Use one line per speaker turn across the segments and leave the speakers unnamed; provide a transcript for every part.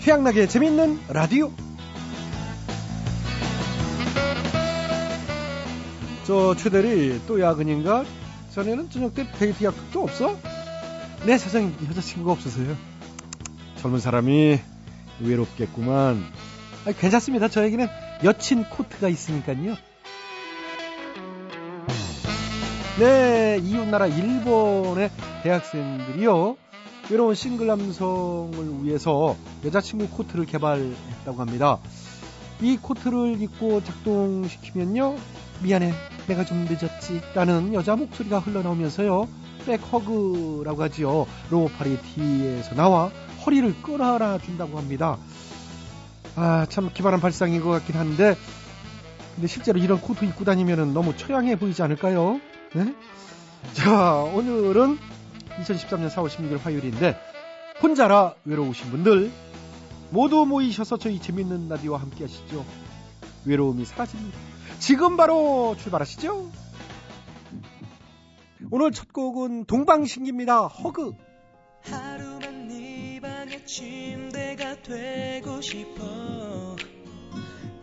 태양나게 재밌는 라디오. 저 최대리 또 야근인가? 전에는 저녁 때 데이트 약속도 없어? 네 사장님 여자친구가 없으세요. 젊은 사람이 외롭겠구만. 아, 괜찮습니다. 저에게는 여친 코트가 있으니까요. 네, 이웃나라 일본의 대학생들이요. 외로운 싱글 남성을 위해서 여자친구 코트를 개발했다고 합니다. 이 코트를 입고 작동시키면요. 미안해, 내가 좀 늦었지. 라는 여자 목소리가 흘러나오면서요. 백허그라고 하지요. 로우팔이 뒤에서 나와 허리를 끌어안아준다고 합니다. 아, 참 기발한 발상인 것 같긴 한데, 근데 실제로 이런 코트 입고 다니면 너무 처량해 보이지 않을까요? 네? 자, 오늘은 2013년 4월 16일 화요일인데, 혼자라 외로우신 분들, 모두 모이셔서 저희 재밌는 라디오와 함께 하시죠. 외로움이 사라집니다. 지금 바로 출발하시죠. 오늘 첫 곡은 동방신기입니다. 허그.
하루만 네 방의 침대가 되고 싶어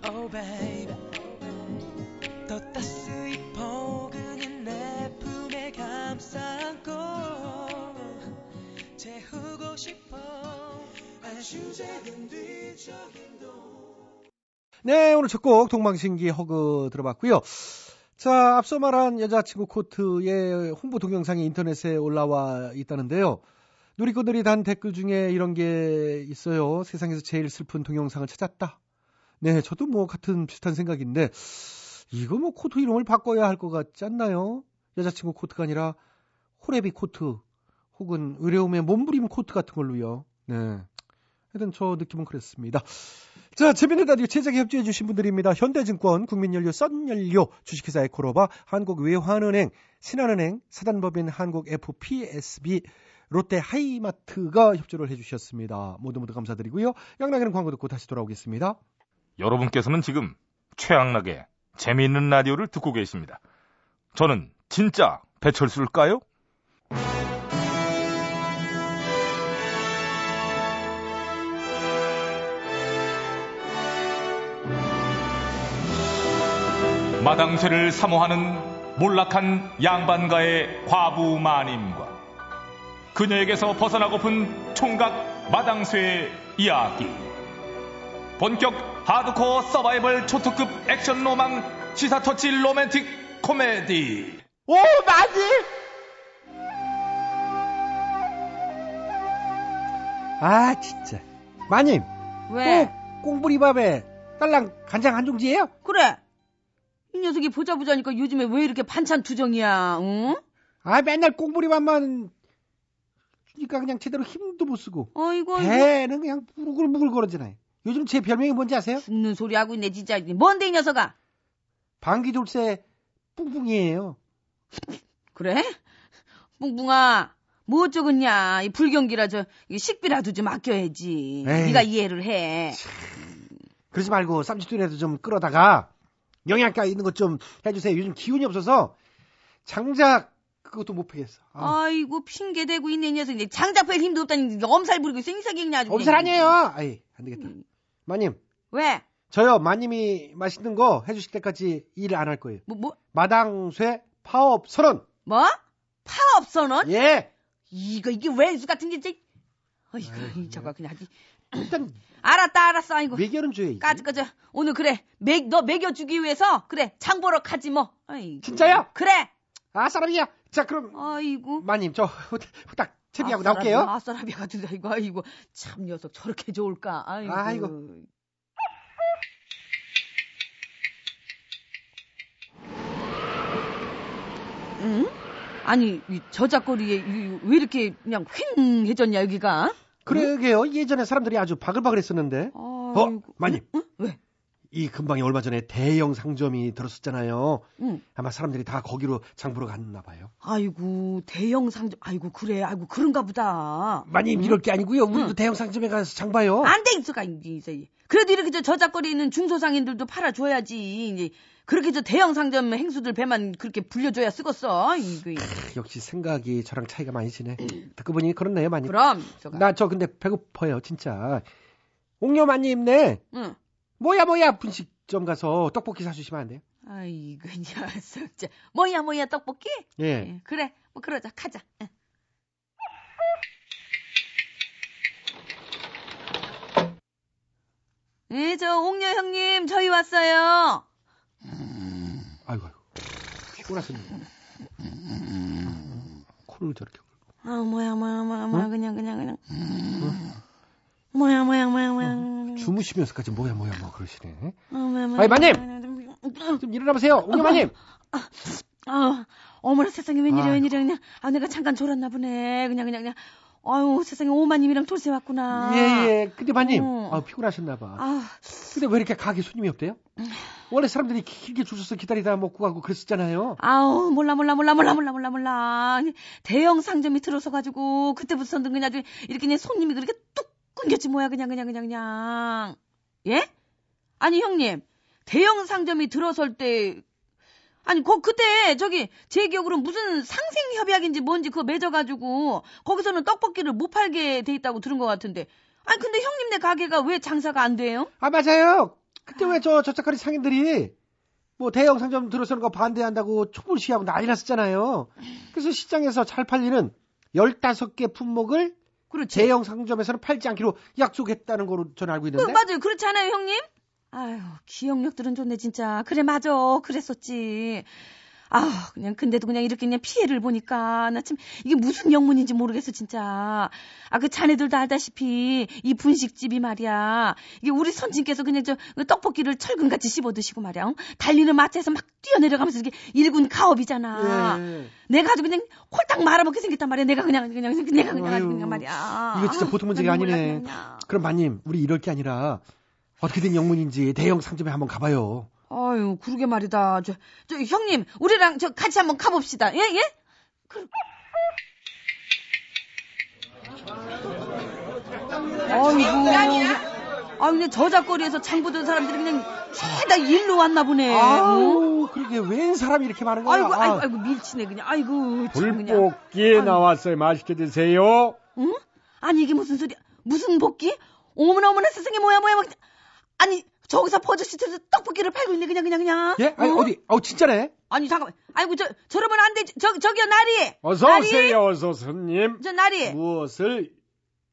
Oh baby 더 따스히 포근한 내 품에 감싸고 재우고 싶어 아주 작은 뒤적인 도
네, 오늘 첫 곡 동방신기 허그 들어봤고요. 자, 앞서 말한 여자친구 코트의 홍보 동영상이 인터넷에 올라와 있다는데요. 누리꾼들이 단 댓글 중에 이런 게 있어요. 세상에서 제일 슬픈 동영상을 찾았다. 네, 저도 뭐 같은 비슷한 생각인데 이거 뭐 코트 이름을 바꿔야 할 것 같지 않나요? 여자친구 코트가 아니라 호레비 코트 혹은 의료움의 몸부림 코트 같은 걸로요. 네. 하여튼 저 느낌은 그랬습니다. 자, 재밌는 라디오 제작에 협조해주신 분들입니다. 현대증권, 국민연료, 썬연료, 주식회사 에코로바, 한국외환은행, 신한은행, 사단법인 한국FPSB, 롯데 하이마트가 협조를 해주셨습니다. 모두 모두 감사드리고요. 양락이는 광고 듣고 다시 돌아오겠습니다.
여러분께서는 지금 최악나게 재미있는 라디오를 듣고 계십니다. 저는 진짜 배철수일까요? 마당쇠를 사모하는 몰락한 양반가의 과부 마님과 그녀에게서 벗어나고픈 총각 마당쇠의 이야기 본격 하드코어 서바이벌 초특급 액션 로망 시사 터치 로맨틱 코미디
오 맞지?
아, 진짜. 마님,
왜?
꼭 꽁부리밥에 딸랑 간장 한 종지예요?
그래. 이 녀석이 보자 보자니까 요즘에 왜 이렇게 반찬 투정이야? 응?
아, 맨날 꽁부리밥만
그러니까
주니까 그냥 제대로 힘도 못 쓰고
어이구 어이구.
배는 그냥 무글무글 거려지네. 요즘 제 별명이 뭔지 아세요?
죽는 소리 하고 있네 진짜. 뭔데 이 녀석아?
방귀돌쇠 뿡뿡이에요.
그래? 뿡뿡아. 뭐 어쩌겠냐. 이 불경기라 저 이거 식비라도 좀 아껴야지.
에이.
예, 네가 이해를 해.
그러지 말고 쌈짓돈이라도 좀 끌어다가 영양가 있는 것 좀 해주세요. 요즘 기운이 없어서 장작 그것도 못 패겠어. 아,
아이고 핑계 대고 있네 이 녀석. 이제 장작패 힘도 없다니 엄살 부리고 생사경이냐 아주.
엄살
그냥.
아니에요. 아이 안 되겠다. 마님
음. 왜?
저요 마님이 맛있는 거 해주실 때까지 일 안 할 거예요.
뭐 뭐?
마당쇠 파업 선언.
뭐? 파업 선언?
예.
이거 이게 웬수 같은 게 진짜. 어이구
아이고.
저거 그냥 아주-
일단
알았다 알았어 아이고.
외결은 줘야지.
까지 까지 오늘 그래 맥, 너 먹여주기 위해서 그래 장 보러 가지 뭐 아이고.
진짜요?
그래
아 사람이야. 자 그럼
아이고
마님 저 후딱, 후딱 채비하고
아싸라비아,
나올게요.
아싸라비아가 두다 이거 아이고 참 녀석 저렇게 좋을까 아이고,
그
아이고.
응? 아니 이 저작거리에 이- 왜 이렇게 그냥 휑해졌냐 여기가
그러게요. 예전에 사람들이 아주 바글바글했었는데. 어,
음? 아이고.
마님.
응? 왜?
이 근방에 얼마 전에 대형 상점이 들었었잖아요.
응.
아마 사람들이 다 거기로 장보러 갔나 봐요.
아이고 대형 상점 아이고 그래 아이고 그런가 보다
마님 이럴 게 아니고요. 우리도 그
응.
대형 상점에 가서 장 봐요.
안 돼 있어가 이제 그래도 이렇게 저 저작거리 있는 중소상인들도 팔아줘야지 이제 그렇게 저 대형 상점 행수들 배만 그렇게 불려줘야 쓰겠어 이거
그 역시 생각이 저랑 차이가 많이 지네. 듣고 보니 그렇네요, 마님.
그럼 저가
나 저 근데 배고파요, 진짜. 옥녀 많이 입네.
응.
뭐야 뭐야 분식점 가서 떡볶이 사주시면 안 돼요?
아이고 녀석 자 뭐야 뭐야 떡볶이?
예.
예, 그래 뭐 그러자 가자. 응. 예, 저 옥녀 형님 저희 왔어요.
아이고 아이고. 피곤하셨네. 코를 저렇게.
아 뭐야 뭐야 뭐야 뭐야 그냥 그냥 그냥. 뭐야 뭐야 뭐야 뭐야.
주무시면서까지 뭐야 뭐야 뭐 그러시네.
아, 뭐야, 뭐야,
아이, 마님!
뭐야,
좀 일어나보세요. 옥녀마님.
아, 어머나 세상에 웬일이야
아이고.
웬일이야 그냥 아 내가 잠깐 졸았나 보네 그냥 그냥 그냥 아유 세상에 오마님이랑 돌쇠 왔구나
예예. 근데 마님.
어.
아 피곤하셨나 봐.
아
근데 왜 이렇게 가게 손님이 없대요? 원래 사람들이 길게 줄 서서 기다리다 먹고 가고 그랬었잖아요.
아우 몰라 몰라 몰라 몰라 몰라 몰라 몰라 그냥 대형 상점이 들어서 가지고 그때부터는 그냥 아주 이렇게 그냥 손님이 그렇게 뚝 끊겼지 뭐야 그냥 그냥 그냥 그냥 예 아니 형님 대형 상점이 들어설 때 아니 거 그때 저기 제 기억으로 무슨 상생 협약인지 뭔지 그거 맺어가지고 거기서는 떡볶이를 못 팔게 돼 있다고 들은 것 같은데 아니 근데 형님네 가게가 왜 장사가 안 돼요?
아 맞아요. 그때 왜 저 저작거리 상인들이 뭐 대형 상점 들어서는 거 반대한다고 촛불 시위하고 난리 났었잖아요. 그래서 시장에서 잘 팔리는 15개 품목을
그렇지.
대형 상점에서는 팔지 않기로 약속했다는 거로 저는 알고
그,
있는데.
맞아요. 그렇지 않아요, 형님? 아유, 기억력들은 좋네, 진짜. 그래, 맞아. 그랬었지. 아, 그냥, 근데도 그냥 이렇게 그냥 피해를 보니까, 나 참, 이게 무슨 영문인지 모르겠어, 진짜. 아, 그 자네들도 알다시피, 이 분식집이 말이야. 이게 우리 선진께서 그냥 저, 떡볶이를 철근같이 씹어 드시고 말이야. 응? 달리는 마차에서 막 뛰어내려가면서 이게 일군 가업이잖아.
예.
내가 아주 그냥 홀딱 말아먹게 생겼단 말이야. 내가 그냥, 그냥, 그냥, 내가 그냥, 아주
아유,
그냥 말이야.
이거 진짜 보통 문제가
난 몰라,
아니네.
그냥, 그냥.
그럼 마님, 우리 이럴 게 아니라 어떻게 된 영문인지 대형 상점에 한번 가봐요.
아유, 그러게 말이다. 저, 저 형님, 우리랑 저 같이 한번 가봅시다. 예, 예? 그... 아이고. 아, 그냥 저작거리에서 장보던 사람들이 그냥 죄다 일로 왔나 보네. 응?
아우, 그러게 웬 사람이 이렇게 많은 거야.
아이고, 아이고, 아이고, 밀치네, 그냥. 아이고, 참, 그냥. 아, 네.
불볶이 나왔어요. 맛있게 드세요.
응? 아니, 이게 무슨 소리야. 무슨 복귀? 어머나, 어머나, 세상에, 뭐야, 뭐야, 뭐. 아니, 저기서 버저시트에서 떡볶이를 팔고 있네, 그냥, 그냥, 그냥.
예? 아니,
응?
어디? 어, 진짜네.
아니 잠깐만. 아이고 저 저러면 안 되지. 저 저기요 나리. 나리?
어서 손님.
저 나리.
무엇을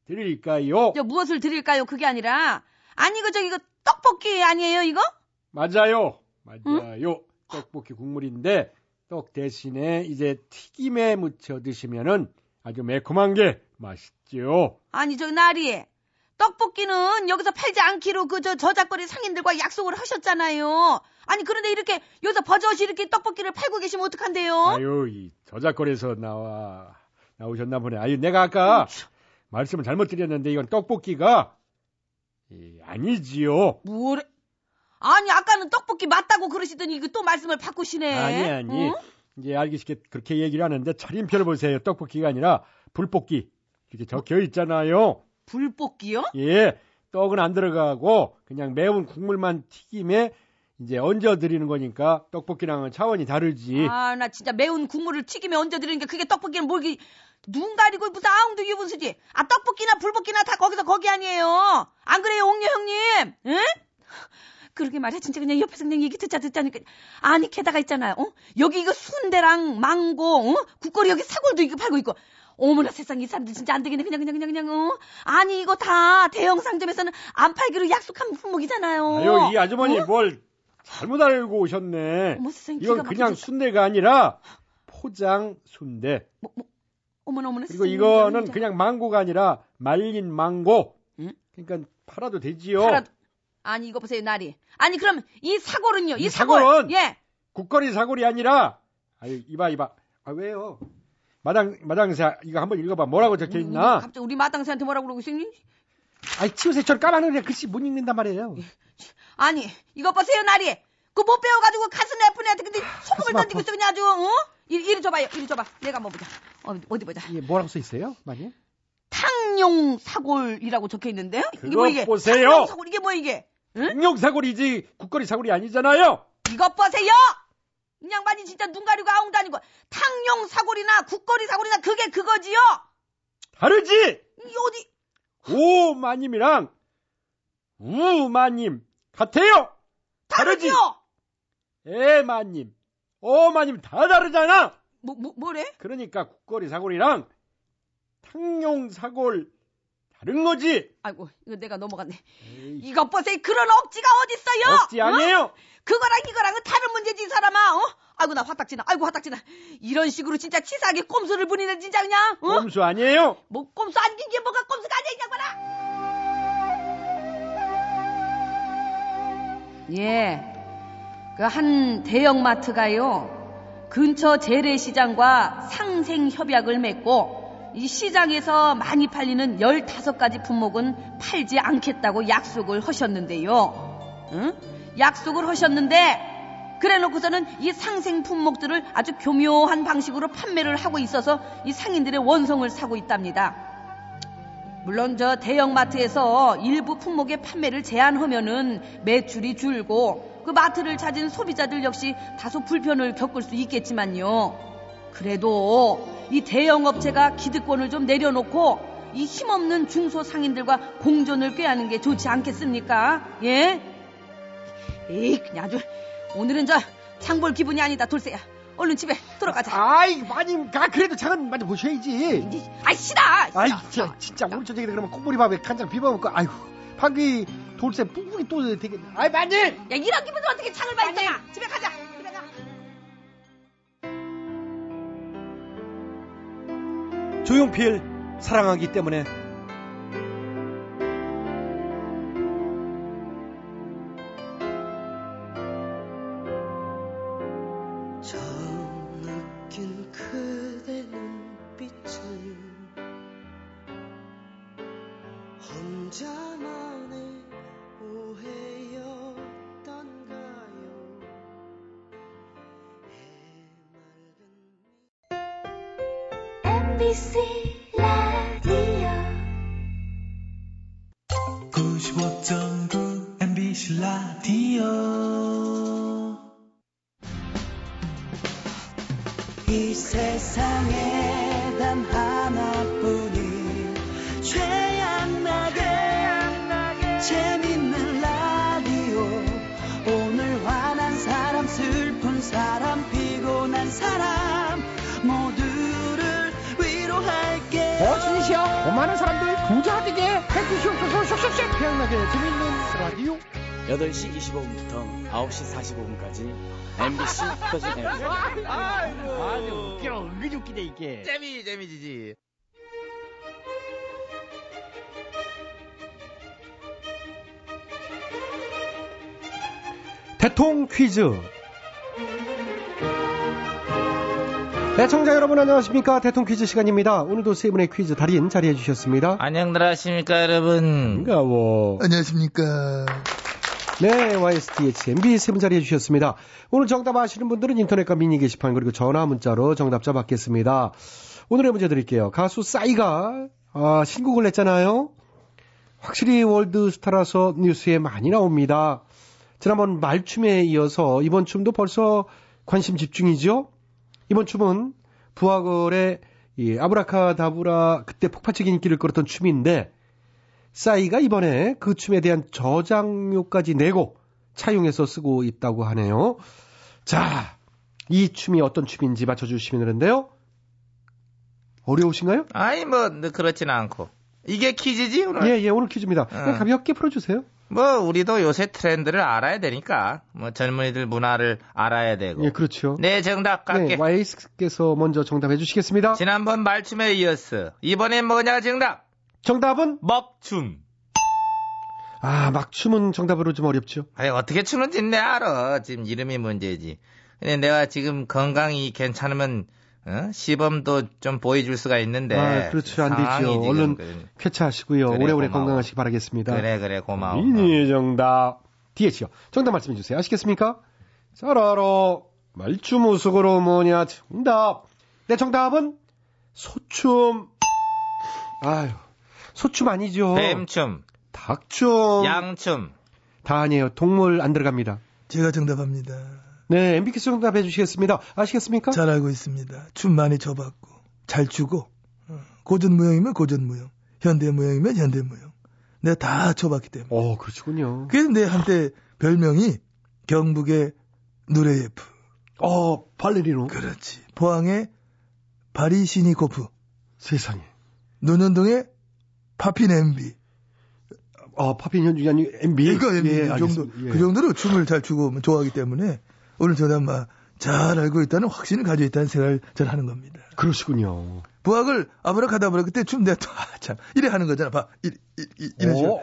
드릴까요?
저 무엇을 드릴까요? 그게 아니라 아니 이거 저기 이거 떡볶이 아니에요 이거?
맞아요. 맞아요.
음?
떡볶이 국물인데 떡 대신에 이제 튀김에 무쳐 드시면은 아주 매콤한 게 맛있죠.
아니 저 나리. 떡볶이는 여기서 팔지 않기로 그 저 저작거리 상인들과 약속을 하셨잖아요. 아니 그런데 이렇게 여기서 버젓이 이렇게 떡볶이를 팔고 계시면 어떡한데요?
아유, 이 저작거리에서 나와 나오셨나 보네. 아유,
음,
내가 아까 말씀을 잘못 드렸는데 이건 떡볶이가
예,
이, 아니지요.
뭐래? 아니 아까는 떡볶이 맞다고 그러시더니 이거 또 말씀을 바꾸시네.
아니 아니.
응?
이제 알기 쉽게 그렇게 얘기를 하는데 차림표를 보세요. 떡볶이가 아니라 불볶이 이렇게 적혀 있잖아요.
불볶이요?
예, 떡은 안 들어가고 그냥 매운 국물만 튀김에 이제 얹어 드리는 거니까 떡볶이랑은 차원이 다르지.
아, 나 진짜 매운 국물을 튀김에 얹어드리는 게 그게 떡볶이는 뭘기 눈 가리고 무슨 아웅도 유분수지. 아, 떡볶이나 불볶이나 다 거기서 거기 아니에요. 안 그래요, 옥녀 형님? 응? 그러게 말이야. 진짜 그냥 옆에서 그냥 얘기 듣자 듣자니까. 아니, 게다가 있잖아요. 어? 여기 이거 순대랑 망고, 어? 국거리 여기 사골도 이거 팔고 있고. 어머나 세상 에이 사람들 진짜 안 되겠네. 그냥, 그냥, 그냥, 그냥, 어? 아니, 이거 다 대형 상점에서는 안 팔기로 약속한 품목이잖아요.
아유, 이 아주머니
어?
뭘 잘못 알고 오셨네.
어머, 세상에 기가
이건 그냥
막혀서-
순대가 아니라 포장 순대.
뭐, 뭐, 어머나, 어머나.
그리고
세상에,
이거는
진짜.
그냥 망고가 아니라 말린 망고.
응?
그러니까 팔아도 되지요.
팔아도- 아니 이거 보세요 나리. 아니 그럼 이 사골은요? 이,
이
사골.
사골은?
예.
국거리 사골이 아니라 아유 이봐 이봐. 아 왜요? 마당 마당사 이거 한번 읽어봐. 뭐라고 적혀
음,
있나?
갑자기 우리 마당새한테 뭐라고 그러고 있니?
아이, 치우세요. 저 까만은 그냥 글씨 못 읽는단 말이에요.
예. 아니 이거 보세요 나리. 그 못 배워가지고 가슴 아픈 애한테 근데 소금을
가슴
던지고
아파.
있어 그냥 아주 어? 이리, 이리 줘봐요. 이리 줘봐. 내가 한번 보자. 어, 어디 보자.
예, 뭐라고 써 있어요? 마님?
탕용 사골이라고 적혀 있는데요? 이게
그거
뭐 이게?
보세요.
탕용 사골 이게 뭐 이게? 응?
응용 사골이지 국거리 사골이 아니잖아요.
이것 보세요. 이 양반이 진짜 눈 가리고 아웅 다니고 탕용 사골이나 국거리 사골이나 그게 그거지요?
네. 다르지.
이 어디?
오 마님이랑 우마님 같아요. 다르지.
다르죠?
에마님, 어, 오마님 다 다르잖아.
뭐, 뭐, 뭐래?
그러니까 국거리 사골이랑 탕용 사골 다른 거지.
아이고, 어? 이거 내가 넘어갔네.
에이,
이것 보세요. 그런 억지가 어딨어요?
억지 아니에요.
그거랑 이거랑은 다른 문제지, 이 사람아, 어? 아이고, 나 화딱지나. 아이고, 화딱지나. 이런 식으로 진짜 치사하게 꼼수를 부리네, 진짜 그냥, 어?
꼼수 아니에요.
뭐, 꼼수 안긴 게 뭐가 꼼수가 아니야, 이 양반아! 예. 그 한 대형마트가요, 근처 재래시장과 상생 협약을 맺고, 이 시장에서 많이 팔리는 15가지 품목은 팔지 않겠다고 약속을 하셨는데요. 응? 약속을 하셨는데, 그래 놓고서는 이 상생 품목들을 아주 교묘한 방식으로 판매를 하고 있어서 이 상인들의 원성을 사고 있답니다. 물론 저 대형마트에서 일부 품목의 판매를 제한하면은 매출이 줄고 그 마트를 찾은 소비자들 역시 다소 불편을 겪을 수 있겠지만요. 그래도 이 대형업체가 기득권을 좀 내려놓고 이 힘없는 중소상인들과 공존을 꾀하는 게 좋지 않겠습니까? 예? 에이 그냥 아주 오늘은 저 장볼 기분이 아니다 돌쇠야. 얼른 집에 돌아가자.
아이, 마님, 아, 그래도 장은 마님 보셔야지.
이제, 아이 씨다!
아이, 진짜, 진짜, 오늘 저녁에 그러면 콧보리밥에 간장 비벼먹고, 아이고, 방귀 돌쇠 뿡뿡이 또 되게, 아이, 마님!
야 이런 기분으로 어떻게 창을 봐있잖아 집에 가자 집에 가
조용필 사랑하기 때문에
처음 느낀 그대 눈빛은 혼자만의 오해였던가요 해맑은
MBC 라디오
95.9 MBC 라디오
이 세상에 단 하나뿐인 최양나게 재밌는 라디오 오늘 화난 사람 슬픈 사람 피곤한 사람 모두를 위로할게
어신이시여 고마운 사람들 부자 되게 해주시옵소서 쇽쇽쇽 태양나게 재밌는 라디오
8시 25분부터 9시 45분까지 MBC 터진 MBC
아주 웃겨 은근히 웃기네 이게
재미 재미지지
대통 퀴즈 네, 애청자 여러분 안녕하십니까 대통 퀴즈 시간입니다 오늘도 세 분의 퀴즈 달인 자리해 주셨습니다
안녕들 하십니까 여러분
반가워
안녕하십니까.
네, YSTHMB 세분 자리해 주셨습니다. 오늘 정답 아시는 분들은 인터넷과 미니 게시판 그리고 전화 문자로 정답자 받겠습니다. 오늘의 문제 드릴게요. 가수 싸이가 아, 신곡을 냈잖아요. 확실히 월드스타라서 뉴스에 많이 나옵니다. 지난번 말춤에 이어서 이번 춤도 벌써 관심 집중이죠. 이번 춤은 부하걸의 이 아브라카다브라 그때 폭발적인 인기를 끌었던 춤인데 싸이가 이번에 그 춤에 대한 저장료까지 내고 차용해서 쓰고 있다고 하네요. 자, 이 춤이 어떤 춤인지 맞춰주시면 되는데요. 어려우신가요?
아니 뭐 그렇진 않고 이게 퀴즈지 오늘
예, 예, 오늘 퀴즈입니다. 그냥
어.
가볍게 풀어주세요.
뭐 우리도 요새 트렌드를 알아야 되니까 뭐 젊은이들 문화를 알아야 되고
예, 그렇죠.
네 정답 갈게
네, 와이스께서 먼저 정답해 주시겠습니다.
지난번 말춤에 이어서 이번엔 뭐냐 정답
정답은?
먹춤
아, 막춤은 정답으로 좀 어렵죠.
아니 어떻게 추는지 내가 알아 지금 이름이 문제지 근데 내가 지금 건강이 괜찮으면 어? 시범도 좀 보여줄 수가 있는데
아, 그렇죠. 안
네. 상황이
되죠.
지금
얼른
그-
쾌차하시고요.
그래,
오래오래
고마워.
건강하시기 바라겠습니다.
그래 그래 고마워
미니 정답
DH요. 정답 말씀해 주세요. 아시겠습니까? 잘 알아. 말춤 우스으로 뭐냐. 정답. 네, 정답은 소춤. 아유, 소춤 아니죠.
뱀춤
닭춤.
양춤
다 아니에요. 동물 안 들어갑니다.
제가 정답합니다.
네, MBK 정답해 주시겠습니다. 아시겠습니까?
잘 알고 있습니다. 춤 많이 춰봤고 잘 추고 고전무용이면 고전무용, 현대무용이면 현대무용. 내가 다 쳐봤기 때문에.
어, 그렇군요.
그래서 내 한때 별명이 경북의 누레예프.
어, 발레리노.
그렇지. 포항의 바리시니코프.
세상에.
논현동의 파피냄비.
아, 파핀 현중이 아니고 MB.
그러니까 MB
예,
그 정도
알겠습니다. 예.
그 정도로 춤을 잘 추고 좋아하기 때문에 오늘 저도 아마 잘 알고 있다는 확신을 가지고 있다는 생각을 저는 하는 겁니다.
그러시군요.
부학을 아브라카다브라 그때 춤 내가 또, 아, 참 이래 하는 거잖아. 봐. 이래 이래 이래
오,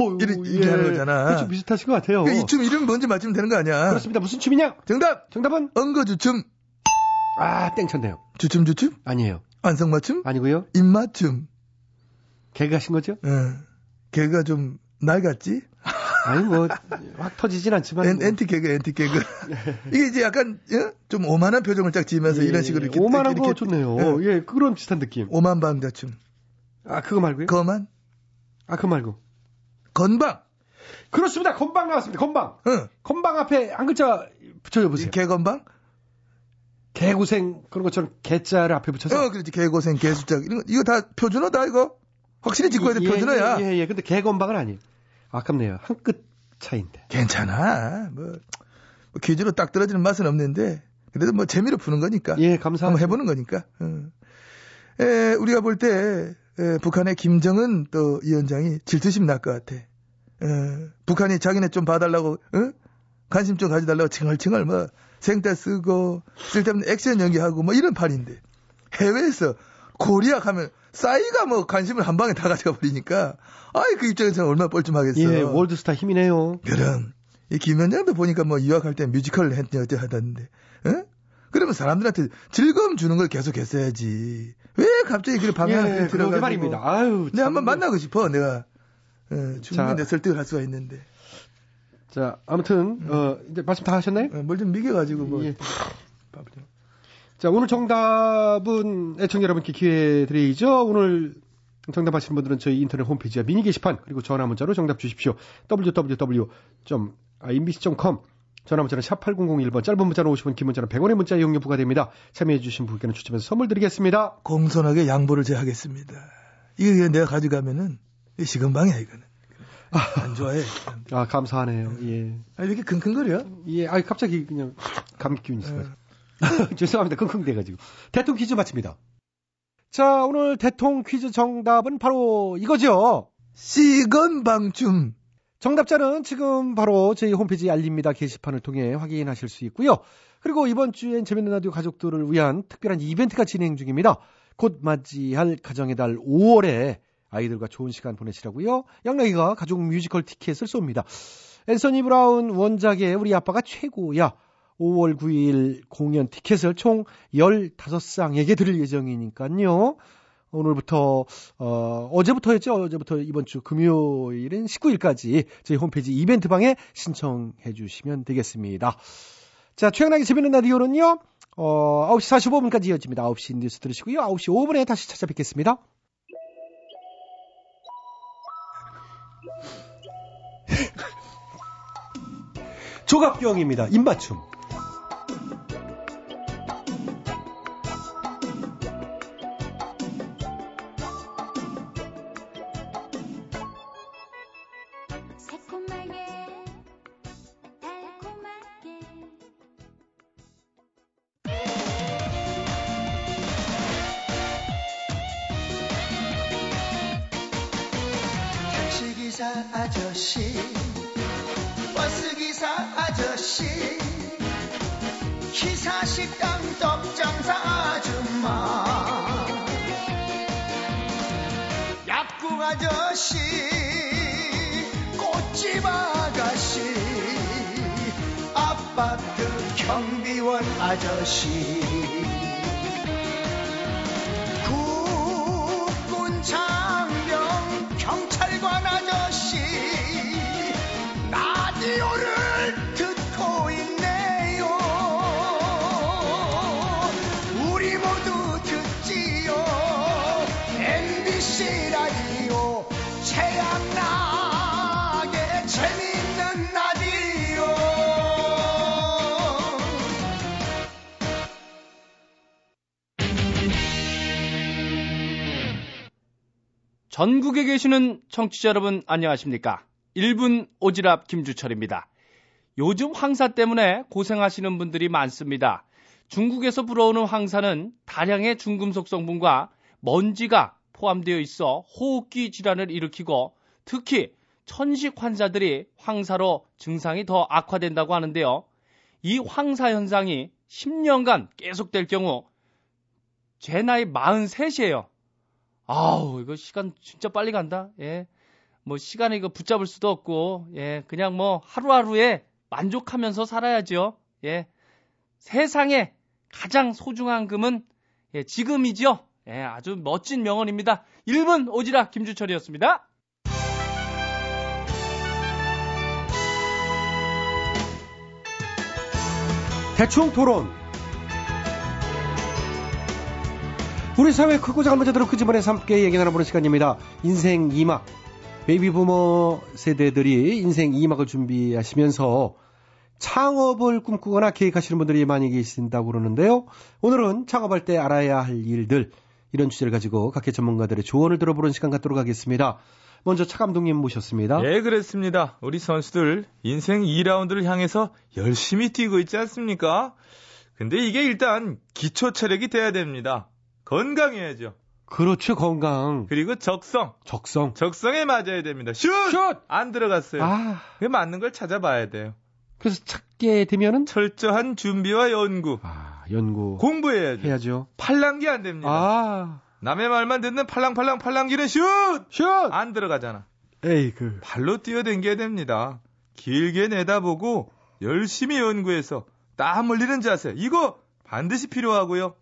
오,
이래, 이래 하는 거잖아.
어, 예.
그러니까
그렇죠, 비슷하신 것 같아요.
이 춤 이름 뭔지 맞추면 되는 거 아니야.
그렇습니다. 무슨 춤이냐?
정답.
정답은
엉거주춤.
아, 땡쳤네요.
주춤주춤.
아니에요.
안성맞춤.
아니고요.
입맞춤.
개그하신 거죠?
응. 걔가 좀 낡았지?
아니 뭐 확 터지진 않지만
엔,
뭐.
엔티 개그, 엔티 개그. 이게 이제 약간 예? 좀 오만한 표정을 쫙 지으면서
예,
이런 식으로 이렇게
오만한
이렇게
거 좋네요.
예.
예, 그런 비슷한 느낌.
오만 방자춤.
아, 그거 말고요?
거만
아, 그거 말고.
건방.
그렇습니다. 건방 나왔습니다. 건방.
응.
건방 앞에 한 글자 붙여 보세요.
개건방?
개고생 그런 것처럼 개자를 앞에 붙여서
어, 그렇지. 개고생, 개수작. 이런 거, 이거 다 표준어다, 이거? 확실히 지켜야 돼,
예,
표준어야.
예, 예, 예. 근데 개건방은 아니에요. 아깝네요. 한 끗 차인데.
괜찮아. 뭐, 뭐 퀴즈로 딱 떨어지는 맛은 없는데, 그래도 뭐 재미로 푸는 거니까.
예, 감사합니다.
한번 해보는 거니까. 응. 에, 우리가 볼 때, 에, 북한의 김정은 또 위원장이 질투심 날 것 같아. 에, 북한이 자기네 좀 봐달라고, 응? 관심 좀 가져달라고 칭얼칭얼 뭐 생떼 쓰고 쓸데없는 액션 연기하고 뭐 이런 판인데 해외에서 코리아 가면 싸이가 뭐 관심을 한 방에 다 가져가 버리니까 아이 그 입장에서는 얼마나 뻘쭘하겠어.
예, 월드스타 힘이네요.
그럼 이 김현장도 보니까 뭐 유학할 때 뮤지컬을 했냐 어째 하던데, 응? 예? 그러면 사람들한테 즐거움 주는 걸 계속 했어야지. 왜 갑자기 그런 방향을
예, 그러게 말입니다. 아유.
내가 한번
참.
만나고 싶어. 내가 어,
자.
충분히 내 설득을 할 수가 있는데 음.
자, 아무튼 어, 이제 말씀 다 하셨나요?
예, 뭘 좀 미겨가지고 뭐.
예.
바쁘죠.
자, 오늘 정답은 애청자 여러분께 기회 드리죠. 오늘 정답하시는 분들은 저희 인터넷 홈페이지와 미니 게시판 그리고 전화 문자로 정답 주십시오. www.imbc.com 전화 문자는 샵 8001번 짧은 문자는 50원 긴 문자는 100원의 문자 이용료 부과됩니다. 참여해 주신 분께는 추첨해서 선물 드리겠습니다.
공손하게 양보를 제하겠습니다. 이거 그냥 내가 가져가면은 이거 시금방이야 이거는. 안 좋아해. 사람들이.
아, 감사하네요. 예.
아, 왜 이렇게 킁킁거려? 네.
예, 아 갑자기 그냥 감기 기운이 있어가지고. 죄송합니다. 끙끙대가지고. 대통령 퀴즈 마칩니다. 자, 오늘 대통령 퀴즈 정답은 바로 이거죠.
시건방춤.
정답자는 지금 바로 저희 홈페이지 알립니다 게시판을 통해 확인하실 수 있고요. 그리고 이번 주엔 재밌는 라디오 가족들을 위한 특별한 이벤트가 진행 중입니다. 곧 맞이할 가정의 달 5월에 아이들과 좋은 시간 보내시라고요. 양락이가 가족 뮤지컬 티켓을 쏩니다. 앤서니 브라운 원작의 우리 아빠가 최고야. 5월 9일 공연 티켓을 총 15쌍에게 드릴 예정이니까요. 오늘부터 어, 어제부터였죠. 어제부터 이번 주 금요일인 19일까지 저희 홈페이지 이벤트방에 신청해 주시면 되겠습니다. 자, 최양락의 재밌는 라디오는요. 어, 9시 45분까지 이어집니다. 9시 뉴스 들으시고요. 9시 5분에 다시 찾아뵙겠습니다. 조각경입니다. 입맞춤.
새콤하게 달콤하게
택시기사 아저씨 버스기사 아저씨 기사식당 떡장사 아줌마 약국 아저씨 꽃집 아가씨 아파트 그 경비원 아저씨 국군 장병 경찰관 아저씨 라디오를 듣고 있네요 우리 모두 듣지요 MBC 라디오 최양락의 재밌는 라디오
전국에 계시는 청취자 여러분 안녕하십니까? 1분 오지랖 김주철입니다. 요즘 황사 때문에 고생하시는 분들이 많습니다. 중국에서 불어오는 황사는 다량의 중금속 성분과 먼지가 포함되어 있어 호흡기 질환을 일으키고 특히 천식 환자들이 황사로 증상이 더 악화된다고 하는데요. 이 황사 현상이 10년간 계속될 경우 제 나이 43이에요. 아우, 이거 시간 진짜 빨리 간다. 예. 뭐 시간에 이거 붙잡을 수도 없고, 예. 그냥 뭐 하루하루에 만족하면서 살아야죠. 예. 세상에 가장 소중한 금은 예, 지금이죠. 예, 아주 멋진 명언입니다. 1분 오지라 김주철이었습니다.
대충 토론. 우리 사회 크고 작은 문제들을 그 집안에서 함께 얘기 나눠보는 시간입니다. 인생 2막. 베이비부머 세대들이 인생 2막을 준비하시면서 창업을 꿈꾸거나 계획하시는 분들이 많이 계신다고 그러는데요. 오늘은 창업할 때 알아야 할 일들, 이런 주제를 가지고 각계 전문가들의 조언을 들어보는 시간 갖도록 하겠습니다. 먼저 차 감독님 모셨습니다.
예, 그렇습니다. 우리 선수들 인생 2라운드를 향해서 열심히 뛰고 있지 않습니까? 근데 이게 일단 기초 체력이 돼야 됩니다. 건강해야죠.
그렇죠, 건강.
그리고 적성.
적성.
적성에 맞아야 됩니다. 슛! 안 들어갔어요.
아.
그 맞는 걸 찾아봐야 돼요.
그래서 찾게 되면은
철저한 준비와 연구.
아, 연구.
공부해야죠.
해야죠. 아.
팔랑기 안 됩니다. 남의 말만 듣는 팔랑팔랑 팔랑기는 슛!
슛!
안 들어가잖아.
에이, 그.
발로 뛰어댕겨야 됩니다. 길게 내다보고 열심히 연구해서 땀 흘리는 자세. 이거 반드시 필요하고요.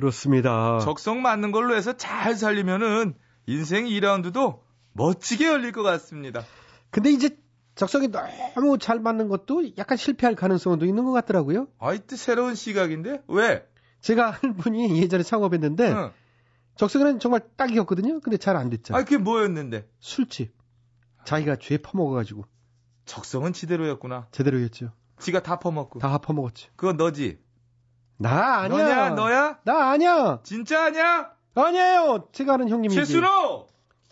그렇습니다.
적성 맞는 걸로 해서 잘 살리면은 인생 2라운드도 멋지게 열릴 것 같습니다.
근데 이제 적성이 너무 잘 맞는 것도 약간 실패할 가능성도 있는 것 같더라고요.
아이, 또 새로운 시각인데? 왜?
제가 한 분이 예전에 창업했는데
응.
적성에는 정말 딱이었거든요. 근데 잘 안 됐죠.
아이, 그게 뭐였는데?
술집. 자기가 죄 퍼먹어가지고
적성은 지대로였구나.
제대로였죠.
지가 다 퍼먹고.
다 퍼먹었지.
그건 너지?
나 아니야.
너냐, 너야?
나 아니야.
진짜 아니야?
아니에요. 제가 아는 형님이지.
최순호!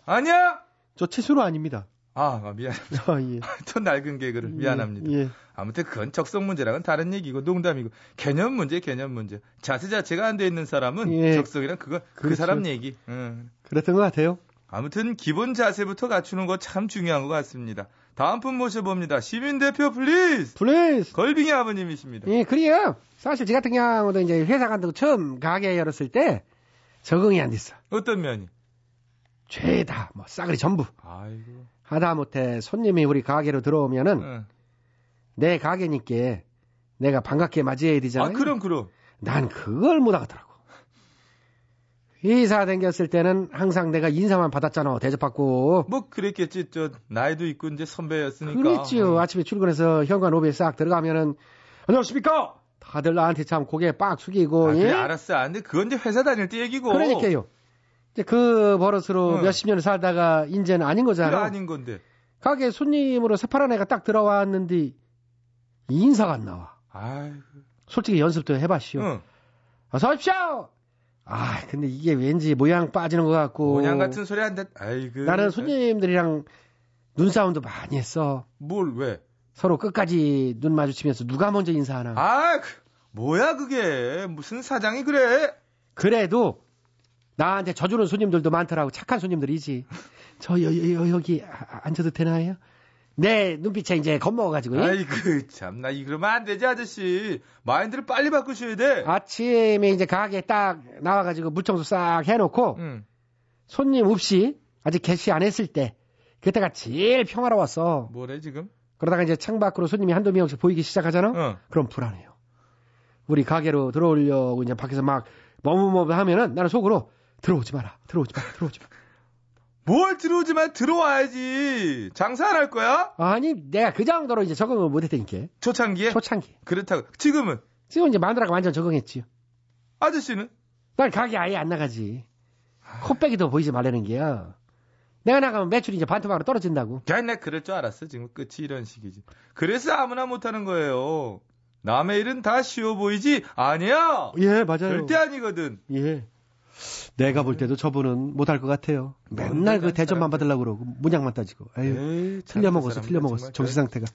아니야?
저 최순호 아닙니다.
아, 아, 미안.
아, 예.
또 낡은 개그를
음,
미안합니다.
예.
아무튼 그건 적성 문제랑은 다른 얘기고 농담이고 개념 문제, 개념 문제. 자세 자체가 안 돼 있는 사람은
예.
적성이랑 그건 그
그렇죠.
사람 얘기. 응.
그랬던 것 같아요.
아무튼 기본 자세부터 갖추는 거 참 중요한 것 같습니다. 다음 분 모셔봅니다. 시민 대표 플리즈.
플리즈.
걸빙이 아버님이십니다.
예, 그래요. 사실 저 같은 경우도 이제 회사 간다고 처음 가게 열었을 때 적응이 안 됐어.
어떤 면이?
죄다, 뭐 싸그리 전부.
아이고. 네.
하다못해 손님이 우리 가게로 들어오면은
응.
내 가게니까 내가 반갑게 맞이해야 되잖아요.
아 그럼 그럼.
난 그걸 못하겠더라고. 회사 다녔을 때는 항상 내가 인사만 받았잖아, 대접받고.
뭐 그랬겠지. 저 나이도 있고 이제 선배였으니까. 네.
그랬지요. 아침에 출근해서 현관 로비에 싹 들어가면은 안녕하십니까? 다들 나한테 참 고개 빡 숙이고.
아, 그래
예?
알았어. 근데 그건 이제 회사 다닐 때 얘기고.
그러니까요. 이제 그 버릇으로
응.
몇십 년을 살다가 이제는 아닌
네. 그거
거잖아.
아닌 건데.
가게 손님으로 새파란 애가 딱 들어왔는데 인사가 안 나와.
아이고.
솔직히 연습도 해봤시오.
응.
어서 오십시오. 아 근데 이게 왠지 모양 빠지는 것 같고.
모냥 같은 소리 한다. 아이고.
나는 손님들이랑 눈싸움도 많이 했어.
뭘 왜?
서로 끝까지 눈 마주치면서 누가 먼저 인사하나.
아, 그, 뭐야 그게 무슨 사장이 그래?
그래도 나한테 져주는 손님들도 많더라고 착한 손님들이지. 저 여, 여, 여, 여기 아- 앉아도 되나요? 네 눈빛에 이제 겁먹어가지고. 예?
아이고 참나 이러면 안 되지 아저씨 마인드를 빨리 바꾸셔야 돼.
아침에 이제 가게 딱 나와가지고 물청소 싹 해놓고
응.
손님 없이 아직 개시 안 했을 때 그때가 제일 평화로웠어.
뭐래 지금?
그러다가 이제 창밖으로 손님이 한두 명씩 보이기 시작하잖아.
응.
그럼 불안해요. 우리 가게로 들어오려고 이제 밖에서 막 머뭇머뭇하면은 나는 속으로 들어오지 마라, 들어오지 마라, 들어오지 마.
뭘 들어오지만 들어와야지. 장사 안 할 거야?
아니 내가 그 정도로 이제 적응을 못했다니까.
초창기에?
초창기.
그렇다고 지금은
지금 이제 마누라가 완전 적응했지요.
아저씨는
난 가게 아예 안 나가지. 코빼기도 보이지 말라는 게야. 내가 나가면 매출이 이제 반토막으로 떨어진다고.
야나 그럴 줄 알았어 지금 끝이 이런 식이지. 그래서 아무나 못하는 거예요. 남의 일은 다 쉬워 보이지 아니야.
예, 맞아요.
절대 아니거든.
예. 내가 볼 때도 저분은 못할 것 같아요. 맨날 그 대접만 받으려고 그러고 모양만 따지고. 에휴, 틀려 먹었어, 틀려 먹었어. 정신 상태가.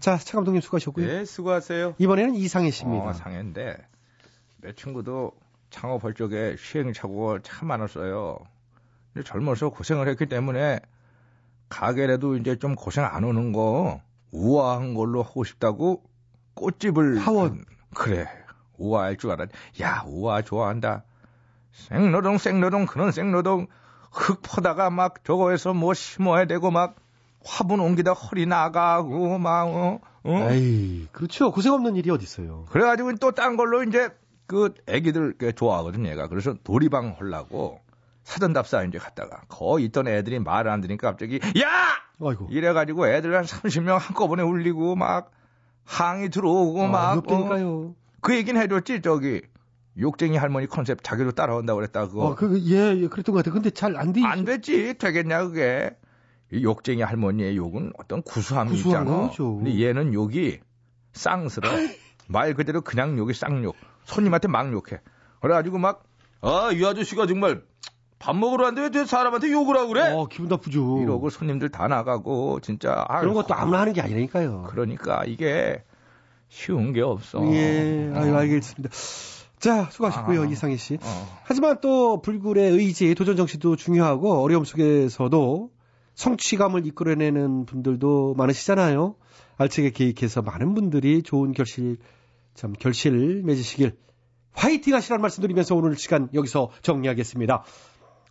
자, 차 감독님 수고하셨고요.
예, 수고하세요.
이번에는 이상해 씨입니다.
어, 상해인데 내 친구도 창업할 적에 시행착오가 참 많았어요. 근데 젊어서 고생을 했기 때문에 가게라도 이제 좀 고생 안 오는 거 우아한 걸로 하고 싶다고 꽃집을 하원 그래 우아할 줄 알았. 야 우아 좋아한다. 생노동 생노동 그런 생노동 흙 퍼다가 막 저거에서 뭐 심어야 되고 막 화분 옮기다 허리 나가고 막 어? 어?
에이, 그렇죠. 고생 없는 일이 어디 있어요.
그래가지고 또 딴 걸로 이제 그 애기들 꽤 좋아하거든 얘가. 그래서 놀이방 헐라고 사전답사 이제 갔다가 거의 있던 애들이 말을 안 들으니까 갑자기 야!
아이고.
이래가지고 애들 한 30명 한꺼번에 울리고 막 항이 들어오고
아,
막.
무섭다니까요.
어, 그 얘기는 해줬지 저기 욕쟁이 할머니 컨셉 자기도 따라온다 그랬다 그거.
어, 그, 예, 예, 그랬던 것 같아요. 근데 잘 안 돼.
안 됐지 되겠냐 그게. 이 욕쟁이 할머니의 욕은 어떤 구수함이
구수한
있잖아.
거죠.
근데 얘는 욕이 쌍스러워. 말 그대로 그냥 욕이 쌍욕. 손님한테 막 욕해. 그래가지고 막, 아, 이 아저씨가 정말 밥 먹으러 왔는데 왜 사람한테 욕을 하고 그래?
어, 기분 나쁘죠.
이러고 손님들 다 나가고, 진짜. 아,
그런 것도 아무나 하는 게 아니라니까요.
그러니까 이게 쉬운 게 없어. 음.
예, 아유, 알겠습니다. 자, 수고하셨고요,
아.
이상희 씨.
어.
하지만 또 불굴의 의지, 도전 정신도 중요하고 어려움 속에서도 성취감을 이끌어내는 분들도 많으시잖아요. 알차게 계획해서 많은 분들이 좋은 결실, 참 결실 맺으시길 화이팅 하시라는 말씀드리면서 오늘 시간 여기서 정리하겠습니다.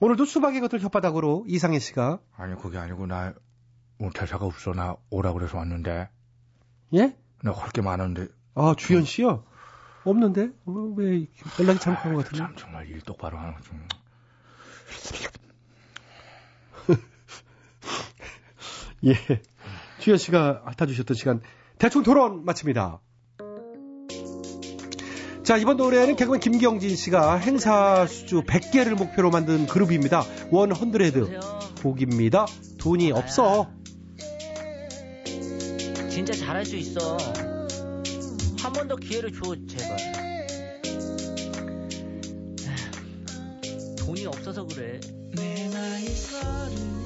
오늘도 수박의 것들 혓바닥으로 이상희 씨가
아니, 그게 아니고, 나 오늘 대사가 없어. 나 오라 그래서 왔는데.
예?
나 할 게 많은데.
아 주현 씨요? 없는데 어, 왜 연락이 잠깐 것 같은데?
정말 일 똑바로 하는 중.
예. 주현 씨가 핥아주셨던 시간 대충 토론 마칩니다. 자, 이번 노래는 개그맨 김경진 씨가 행사 수주 100개를 목표로 만든 그룹입니다. 원 헌드레드 곡입니다. 돈이 없어.
진짜 잘할 수 있어. 한 번 더 기회를 줘, 제발. 돈이 없어서 그래.
내 나이 서른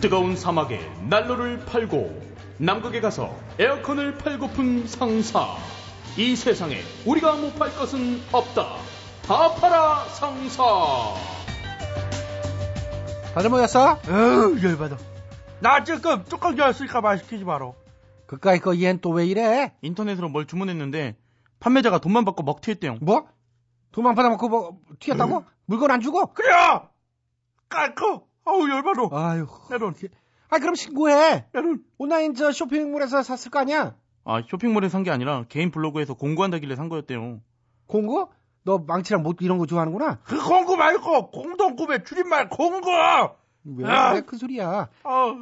뜨거운 사막에 난로를 팔고 남극에 가서 에어컨을 팔고픈 상사. 이 세상에 우리가 못 팔 것은 없다. 다 팔아 상사.
다들 모였어?
어우, 열받아. 나 지금 뚜껑 열었으니까말 시키지 마라.
그까이 거 얘는 또 왜 이래?
인터넷으로 뭘 주문했는데 판매자가 돈만 받고 먹튀했대요. 음.
뭐? 돈만 받아먹고 뭐 튀었다고? 물건 안 주고?
그래요. 깔고. 어우 열받아.
아유.
내론.
아 그럼 신고해.
내론.
온라인 저 쇼핑몰에서 샀을 거 아니야?
아 쇼핑몰에 산 게 아니라 개인 블로그에서 공구한다길래 산 거였대요.
공구? 너 망치랑 못 이런 거 좋아하는구나.
그 공구 말고 공동구매 줄임말 아. 공구.
왜
야.
그래 그 소리야?
어.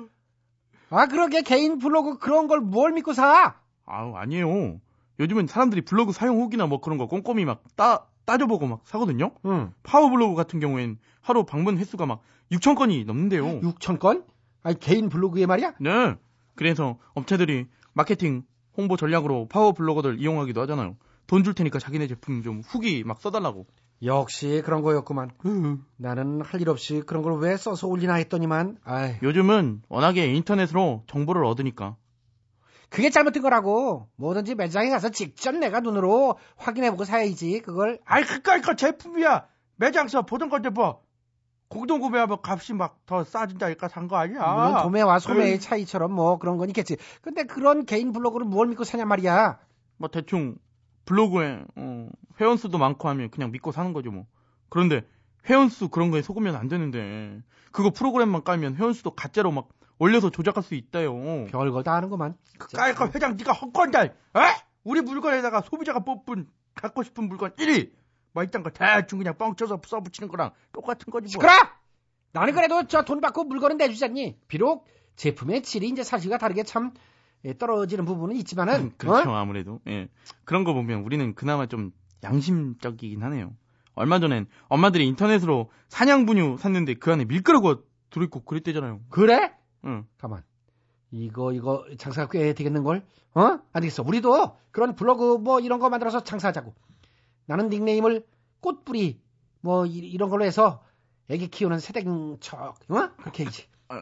아 그러게 개인 블로그 그런 걸 뭘 믿고 사?
아우 아니에요. 요즘은 사람들이 블로그 사용 후기나 뭐 그런 거 꼼꼼히 막 따, 따져보고 막 사거든요. 파워 블로그 같은 경우엔 하루 방문 횟수가 막 6천 건이 넘는데요.
6천 건? 아니 개인 블로그에 말이야?
네. 그래서 업체들이 마케팅 홍보 전략으로 파워 블로거들 이용하기도 하잖아요. 돈 줄 테니까 자기네 제품 좀 후기 막 써달라고.
역시 그런 거였구만. 나는 할 일 없이 그런 걸 왜 써서 올리나 했더니만 아이,
요즘은 워낙에 인터넷으로 정보를 얻으니까.
그게 잘못된 거라고. 뭐든지 매장에 가서 직접 내가 눈으로 확인해보고 사야지. 그걸.
아이 그까이 거 제품이야 매장에서 보던 건데 뭐 공동 구매하면 값이 막 더 싸진다니까 산 거 아니야 그
물론 도매와 소매의
에이,
차이처럼 뭐 그런 건 있겠지. 근데 그런 개인 블로그를 뭘 믿고 사냐 말이야.
뭐 대충 블로그에 어, 회원수도 많고 하면 그냥 믿고 사는 거죠 뭐. 그런데 회원수 그런 거에 속으면 안 되는데 그거 프로그램만 깔면 회원수도 가짜로 막 올려서 조작할 수 있다요.
별걸 다 하는구만.
그까이 거 회장 네가 헛건달 에? 우리 물건에다가 소비자가 뽑은 갖고 싶은 물건 1위 뭐 이딴 거 대충 그냥 뻥쳐서 써붙이는 거랑 똑같은 거지 뭐
시끄러! 나는 그래도 저 돈 받고 물건은 내주잖니. 비록 제품의 질이 이제 사실과 다르게 참 예, 떨어지는 부분은 있지만은.
그렇죠
어?
아무래도 예 그런 거 보면 우리는 그나마 좀 양심적이긴 하네요 얼마 전엔 엄마들이 인터넷으로 사냥 분유 샀는데 그 안에 밀가루가 들어있고 그랬대잖아요
그래?
응
가만
이거 이거 장사가 꽤 되겠는걸? 어? 안 되겠어. 우리도 그런 블로그 뭐 이런 거 만들어서 장사하자고. 나는 닉네임을 꽃뿌리 뭐 이, 이런 걸로 해서 애기 키우는 새댁척 어? 그렇게 해야지.
아,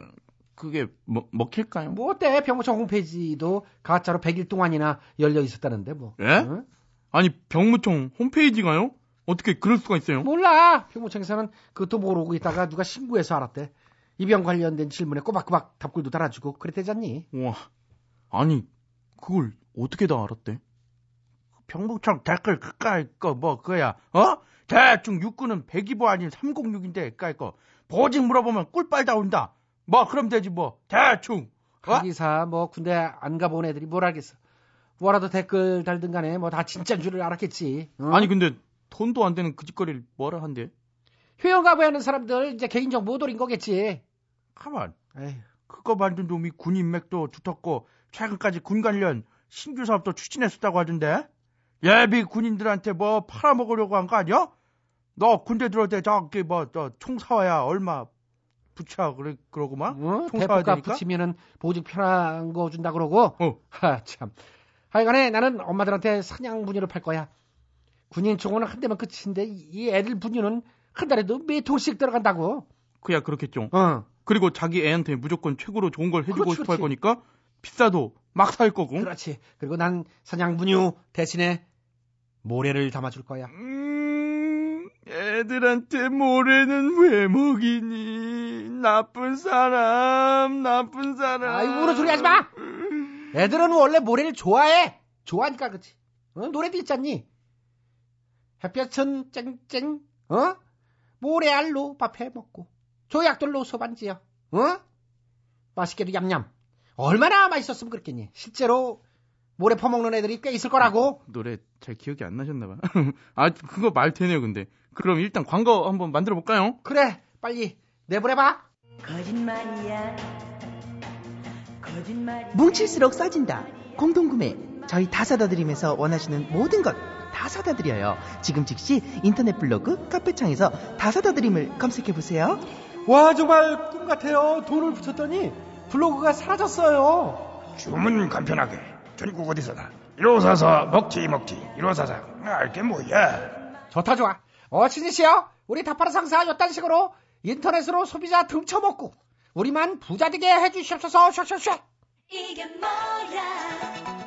그게 뭐, 먹힐까요?
뭐 어때? 병무청 홈페이지도 가짜로 100일 동안이나 열려 있었다는데 뭐.
예?
어?
아니 병무청 홈페이지가요? 어떻게 그럴 수가 있어요?
뭐?
몰라. 병무청에서는 그것도 모르고 있다가 누가 신고해서 알았대. 입양 관련된 질문에 꼬박꼬박 답글도 달아주고 그랬대잖니.
와, 아니 그걸 어떻게 다 알았대?
병북청 댓글 그까이 거뭐 그거야 어? 대충 육군은 102보 아닌 306인데 그까이 거 보직 물어보면 꿀빨다 온다 뭐 그럼 되지 뭐 대충
가기사 뭐 군대 안 가본 애들이 뭘 알겠어. 뭐라도 댓글 달든 간에 뭐 다 진짜인 줄을 알았겠지. 응?
아니 근데 돈도 안 되는 그 짓거리를 뭐라 한대?
휴양 가부하는 사람들 이제 개인정보 돌인 거겠지.
가만 그거 만든 놈이 군 인맥도 두텁고 최근까지 군 관련 신규 사업도 추진했었다고 하던데 예비 군인들한테 뭐 팔아먹으려고 한 거 아니야? 너 군대 들어올 때 저기 뭐저총 사와야 얼마 부차 그래 그러고만 총 사와야
뭐? 대포값
되니까
붙이면은 보직 편한 거 준다 그러고. 하, 참. 하여간에 나는 엄마들한테 사냥 분유를 팔 거야. 군인 총원은 한 대면 끝인데 이- 이 애들 분유는 한 달에도 몇 통씩 들어간다고.
그야 그렇겠죠.
어.
그리고 자기 애한테 무조건 최고로 좋은 걸 해주고
그렇지,
싶어 할
그렇지.
거니까 비싸도 막 살 거고.
그렇지. 그리고 난 사냥 분유 대신에 모래를 담아줄 거야.
음,
애들한테 모래는 왜 먹이니 나쁜 사람 나쁜 사람
아이고 그런 소리 하지 마. 애들은 원래 모래를 좋아해. 좋아하니까 그치. 어? 노래도 있잖니. 햇볕은 쨍쨍. 어? 모래알로 밥해 먹고 조약돌로 소반지어. 어? 맛있게도 얌얌. 얼마나 맛있었으면 그렇겠니. 실제로 모래 퍼먹는 애들이 꽤 있을 거라고.
노래 잘 기억이 안 나셨나 봐. 아 그거 말 되네요 근데. 그럼 일단 광고 한번 만들어 볼까요?
그래 빨리 내보내봐.
거짓말이야. 뭉칠수록 써진다. 공동구매. 저희 다 사다 드리면서 원하시는 모든 것 다 사다 드려요. 지금 즉시 인터넷 블로그 카페창에서 다 사다 드림을 검색해 보세요.
와 정말 꿈 같아요. 돈을 붙였더니 블로그가 사라졌어요.
주문 간편하게 전국 어디서나 1544 먹지 먹지 1544 알게 뭐야
좋다 좋아 어 신지씨요 우리 다파라 상사 요딴 식으로 인터넷으로 소비자 등쳐먹고 우리만 부자되게 해주시옵소서 샥샥샥
이게 뭐야?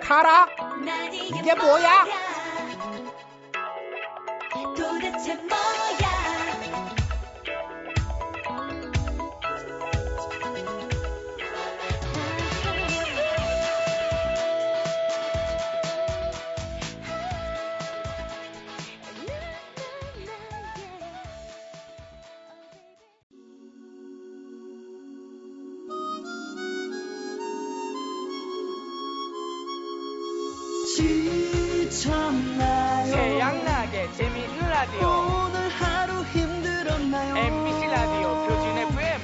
카라
난 이게,
이게 뭐야?
도대체 뭐야?
지쳤나요?
예, 태양나게 재미있는 라디오
오늘 하루 힘들었나요?
MBC 라디오 표준 FM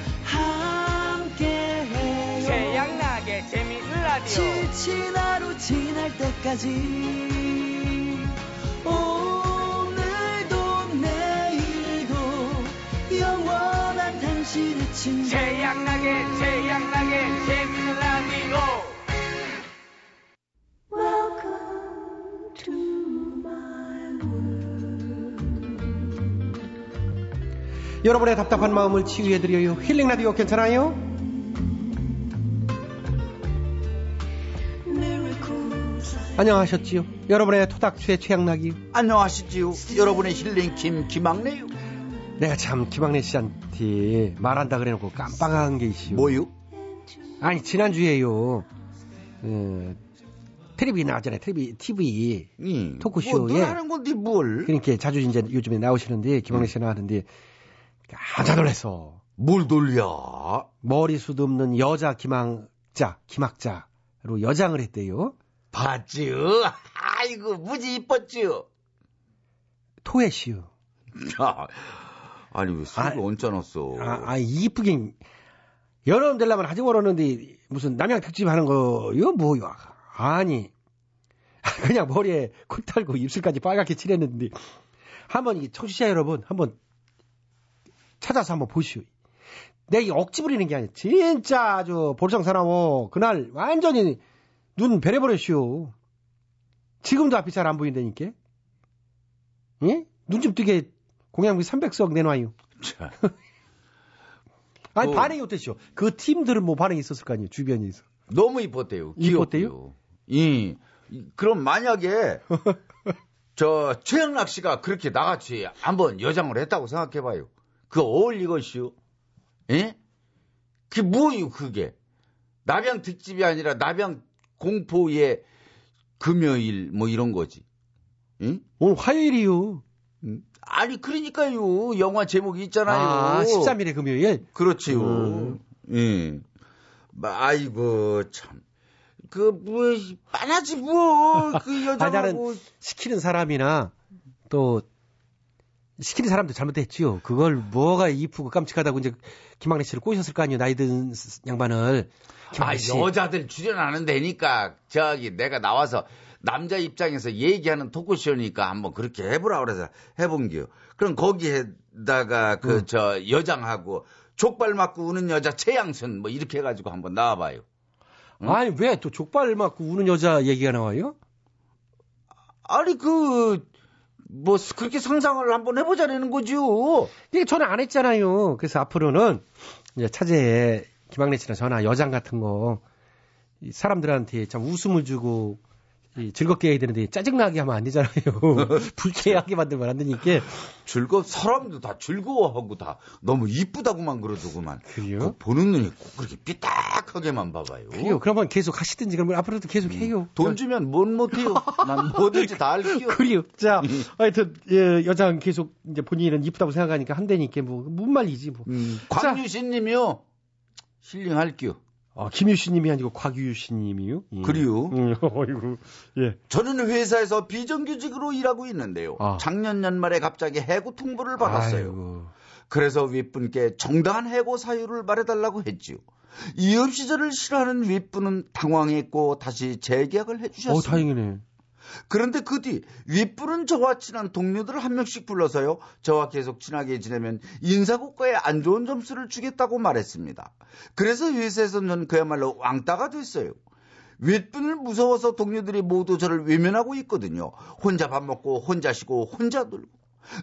함께해요.
예, 태양나게 재미있는 라디오
지친 하루 지날 때까지 오늘도 내일도 영원한 당신의 친구
태양나게 태양나게 재미있는 라디오
여러분의 답답한 마음을 치유해드려요 힐링 라디오 괜찮아요? 안녕하셨지요 여러분의 토닥수의 최양락이요
안녕하시지요. 여러분의 힐링킴 김학래요.
내가 참 김학래 씨한테 말한다 그래놓고 깜빡한 게 있어요. 뭐요? 아니 지난주에요. 어, 텔레비 나왔잖아요. 텔레비 TV
뭐,
토크쇼에
늘 하는 건데 뭘?
그러니까 자주 이제 요즘에 나오시는데 김학래 씨 나왔는데 깜짝 놀랐어.
뭘 놀려?
머리 수도 없는 여자 기망자 기막자로 여장을 했대요.
봤지요? 아이고 무지 이뻤지요.
토해 씨요.
야, 아니 왜 술을 얹어놨어?
아, 아 이쁘긴 여름 되려면 아직 멀었는데 무슨 남양 특집 하는 거요 뭐요 아니 그냥 머리에 콧 달고 입술까지 빨갛게 칠했는데 한번 이 청취자 여러분 한번 찾아서 한번 보시오 내가 이게 억지 부리는 게 아니야. 진짜 아주 보르상사나워. 그날 완전히 눈 베려버렸슈. 지금도 앞이 잘 안 보인다니까. 예? 눈 좀 뜨게 공양비 300석 내놔요.
자.
아니
그-
반응이 어땠죠? 그 팀들은 뭐 반응이 있었을 거 아니에요 주변에서.
너무 이뻤대요.
이뻤대요?
이 그럼 만약에 저 최영락 씨가 그렇게 나같이 한번 여장을 했다고 생각해봐요. 그 어울리겠슈? 예? 그게 뭐요 그게? 나병 특집이 아니라 나병 공포의 금요일 뭐 이런 거지. 응?
오늘 화요일이요.
아니 그러니까요. 영화 제목이 있잖아요.
아 13일에 금요일. 음.
그렇지요. 예. 마- 아이고 참. 그뭐 빠나지 어, 뭐그
아니, 나는
여자하고
시키는 사람이나 또 시키는 사람도 잘못했지요. 그걸 뭐가 이쁘고 깜찍하다고 이제 김학래 씨를 꼬셨을 거 아니에요. 나이 든 스- 양반을.
아,
김학래 씨.
여자들 출연하는 데니까 저기 내가 나와서 남자 입장에서 얘기하는 토크쇼니까 한번 그렇게 해보라 그래서 해본 게요. 그럼 거기에다가
음.
그 저 여장하고 족발 맞고 우는 여자 최양순 뭐 이렇게 해가지고 한번 나와봐요.
아니 왜 또 족발 맞고 우는 여자 얘기가 나와요?
아니 그. 뭐 그렇게 상상을 한번 해보자는 거죠.
이게 저는 안 했잖아요. 그래서 앞으로는 이제 차제에 김학래 씨나 저나 여장 같은 거이 사람들한테 참 웃음을 주고 이 즐겁게 해야 되는데 짜증나게 하면 안 되잖아요. 불쾌하게 만들면 안 되니까.
즐거 사람도 다 즐거워하고 다 너무 이쁘다고만 그러더구만.
그래요?
보는 눈이 꼭 그렇게 삐딱하게만 봐봐요.
그래요. 그러면 계속 하시든지 그러면 앞으로도 계속 해요.
음. 돈 주면 뭔 못해요. 난 뭐든지 다 할게요.
그래요. 자,
음.
하여튼 예, 여장 계속 이제 본인은 이쁘다고 생각하니까 한대니까 뭐뭔 말이지 뭐.
음. 광유신님이요. 실링할게요.
아, 김유신님이 아니고 곽유신님이요. 예.
그래요.
어이구. 예.
저는 회사에서 비정규직으로 일하고 있는데요.
아.
작년 연말에 갑자기 해고 통보를 받았어요. 그래서 윗분께 정당한 해고 사유를 말해달라고 했지요. 이업시 저를 싫어하는 윗분은 당황했고 다시 재계약을
어,
해주셨습니다.
다행이네.
그런데 그 뒤 윗분은 저와 친한 동료들을 한 명씩 불러서요. 저와 계속 친하게 지내면 인사고과에 안 좋은 점수를 주겠다고 말했습니다. 그래서 회사에서는 전 그야말로 왕따가 됐어요. 윗분을 무서워서 동료들이 모두 저를 외면하고 있거든요. 혼자 밥 먹고 혼자 쉬고 혼자 놀고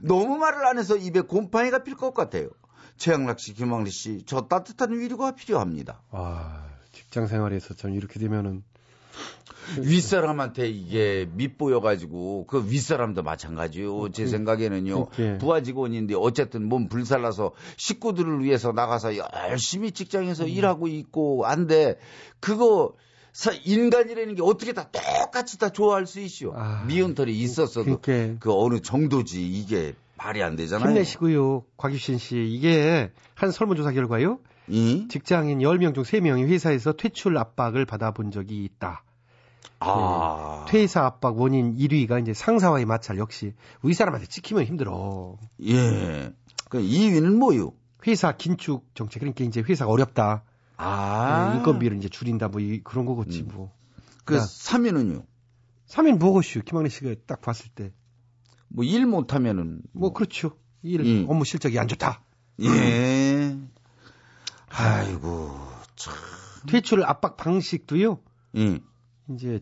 너무 말을 안 해서 입에 곰팡이가 필 것 같아요. 최양락 씨, 김왕리 씨, 저 따뜻한 위로가 필요합니다.
아, 직장 생활에서 참 이렇게 되면은
윗사람한테 이게 밑보여가지고 그 윗사람도 마찬가지요. 제 생각에는요.
그렇게.
부하 직원인데 어쨌든 몸 불살라서 식구들을 위해서 나가서 열심히 직장에서 일하고 있고 한데 그거 사- 인간이라는 게 어떻게 다 똑같이 다 좋아할 수 있죠. 미운털이 있었어도 그 어느 정도지 이게 말이 안 되잖아요.
힘내시고요. 곽유신 씨. 이게 한 설문조사 결과요. 직장인 10명 중 3명이 회사에서 퇴출 압박을 받아본 적이 있다. 그
아.
퇴사 압박 원인 1위가 이제 상사와의 마찰 역시 위 사람한테 찍히면 힘들어.
예. 그 2위는 뭐요?
회사 긴축 정책 그러니까 이제 회사가 어렵다.
아.
예, 인건비를 이제 줄인다 뭐 이- 그런 거겠지 뭐.
그 3위는요?
3위는 뭐겠슈? 김학래 씨가 딱 봤을 때.
뭐 일 못하면은
뭐 그렇죠. 일
음.
업무 실적이 안 좋다.
예. 아이고 참.
퇴출 압박 방식도요.
예.
이제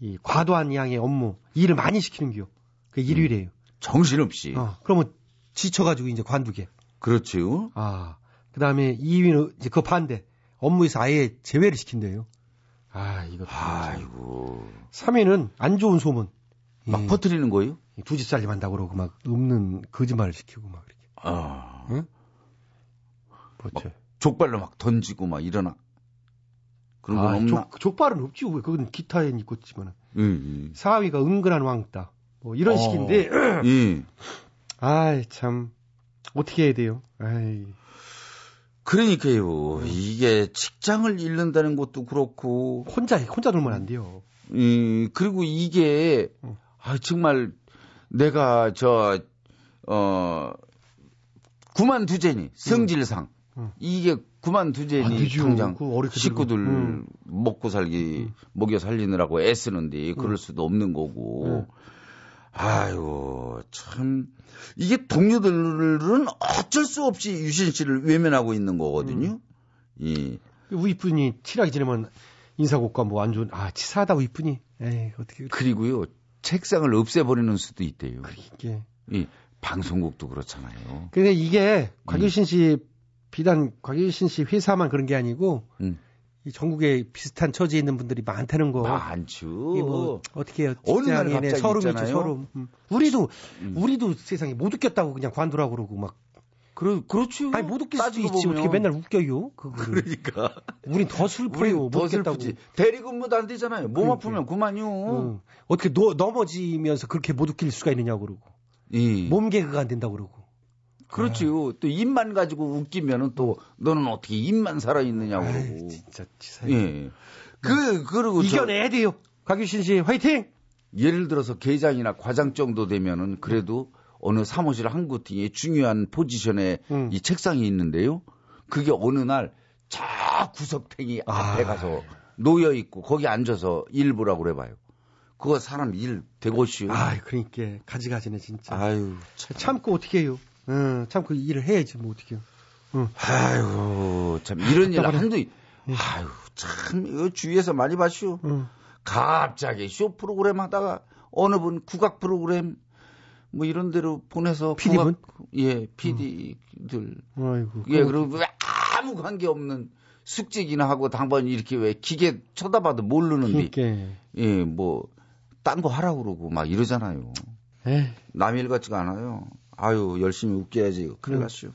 이 과도한 양의 업무, 일을 많이 시키는 기요. 그게 1위래요.
음. 정신없이.
어, 그러면 지쳐가지고 이제 관두게.
그렇지요.
아, 그 다음에 2위는 이제 그 반대. 업무에서 아예 제외를 시킨대요. 아, 이거.
아이고.
3위는 안 좋은 소문.
막 퍼뜨리는 거예요?
두 집 살림 한다고 그러고 막 없는 거짓말을 시키고 막 이렇게.
아.
응? 그렇죠.
막 족발로 막 던지고 막 일어나. 그런 건
아,
없나?
족, 족발은 없지. 왜? 그건 기타에 있고 있지만.
예, 예.
4위가 은근한 왕따. 뭐 이런
어.
식인데.
예.
아이, 참. 어떻게 해야 돼요? 아이.
그러니까요. 이게 직장을 잃는다는 것도 그렇고
혼자 혼자 놀면 안 돼요.
음, 그리고 이게 아 정말 내가 저어 구만두제니 성질상
음.
이게
안
구만두제니
되죠.
당장
아, 그거 어렵게
식구들
들고. 음. 음. 네.
먹고 살기 먹여 살리느라고 애쓰는데 그럴 수도 없는 거고 아이고 참 이게 동료들은 어쩔 수 없이 유신 씨를 외면하고 있는 거거든요.
음.
예. 이
우이쁜이 친하게 지내면 인사고과 뭐 안 좋은 아 치사하다 우이쁜이. 에이 어떻게
그리고요 책상을 없애버리는 수도 있대요.
이게.
이 방송국도 그렇잖아요.
근데 이게 곽유신 씨 비단 곽유신 씨 회사만 그런 게 아니고
음.
이 전국에 비슷한 처지에 있는 분들이 많다는 거.
많죠.
이게 뭐 어떻게 해요?
그 어느 날
직장인의
갑자기
서름이죠,
있잖아요.
서름. 음. 우리도 우리도 세상에 못 웃겼다고 그냥 관두라고 그러고 막.
그러, 그렇죠.
아니 못 웃길 수도
따지고
있지. 어떻게
보면.
맨날 웃겨요? 그거를.
그러니까.
우린 더 슬퍼요.
우린
못
더
웃겠다고.
슬프지. 대리근무도 안 되잖아요. 몸
그러니까요.
아프면 그만요.
응. 어떻게 노- 넘어지면서 그렇게 못 웃길 수가 있느냐고 그러고. 몸 개그가 안 된다고 그러고.
예. 그렇지요. 또 입만 가지고 웃기면은 또
음.
너는 어떻게 입만 살아 있느냐고 그러고.
진짜 치사해.
예. 그 그리고
이겨내야 돼요. 곽유신 씨 화이팅.
예를 들어서 계장이나 과장 정도 되면은 그래도 어느 사무실 한 구팅에 중요한 포지션에
음.
이 책상이 있는데요. 그게 어느 날 자 구석탱이
아.
앞에 가서 놓여 있고 거기 앉아서 일 보라고 그래봐요. 그거 사람 일 되고시요.
아, 그러니까 가지가지네 진짜.
아유,
참고 어떻게 해요? 응, 참고 일을 해야지 뭐 어떻게 해요?
아이고 참 이런 일 한두 아유 참 이거 주위에서 많이 봐시오. 갑자기 쇼 프로그램 하다가 어느 분 국악 프로그램 뭐 이런 데로 보내서
PD 분?
국악- 예 PD들
아이고.
예 그리고 왜 아무 관계 없는 숙직이나 하고 당번 이렇게 왜 기계 쳐다봐도 모르는데
그러니까.
예뭐 딴 거 하라고 그러고 막 이러잖아요.
에이.
남일 같지가 않아요. 아유 열심히 웃겨야지 큰일
음.
났어요.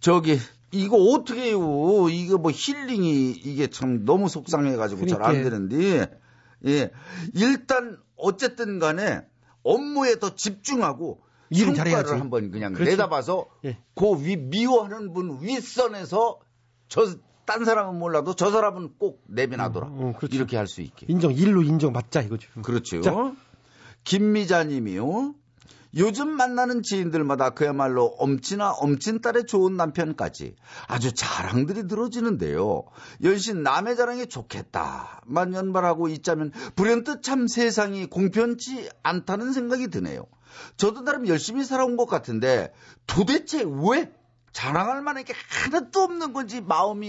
저기 이거 어떻게 해요? 이거 뭐 힐링이 이게 참 너무 속상해가지고 잘 안
그러니까요.
되는데 예 일단 어쨌든 간에 업무에 더 집중하고
일은
성과를
잘해야지.
한번 그냥
그렇죠.
내다봐서 그 위, 미워하는 분 윗선에서 저 딴 사람은 몰라도 저 사람은 꼭 내비놔둬라 이렇게 할 수
어,
있게.
그렇죠. 인정 일로 인정 맞자 이거죠.
그렇죠.
음. 자.
김미자님이요. 요즘 만나는 지인들마다 그야말로 엄친아 엄친딸의 좋은 남편까지 아주 자랑들이 늘어지는데요. 연신 남의 자랑이 좋겠다만 연발하고 있자면 불현듯 참 세상이 공편치 않다는 생각이 드네요. 저도 나름 열심히 살아온 것 같은데 도대체 왜 자랑할 만한 게 하나도 없는 건지 마음이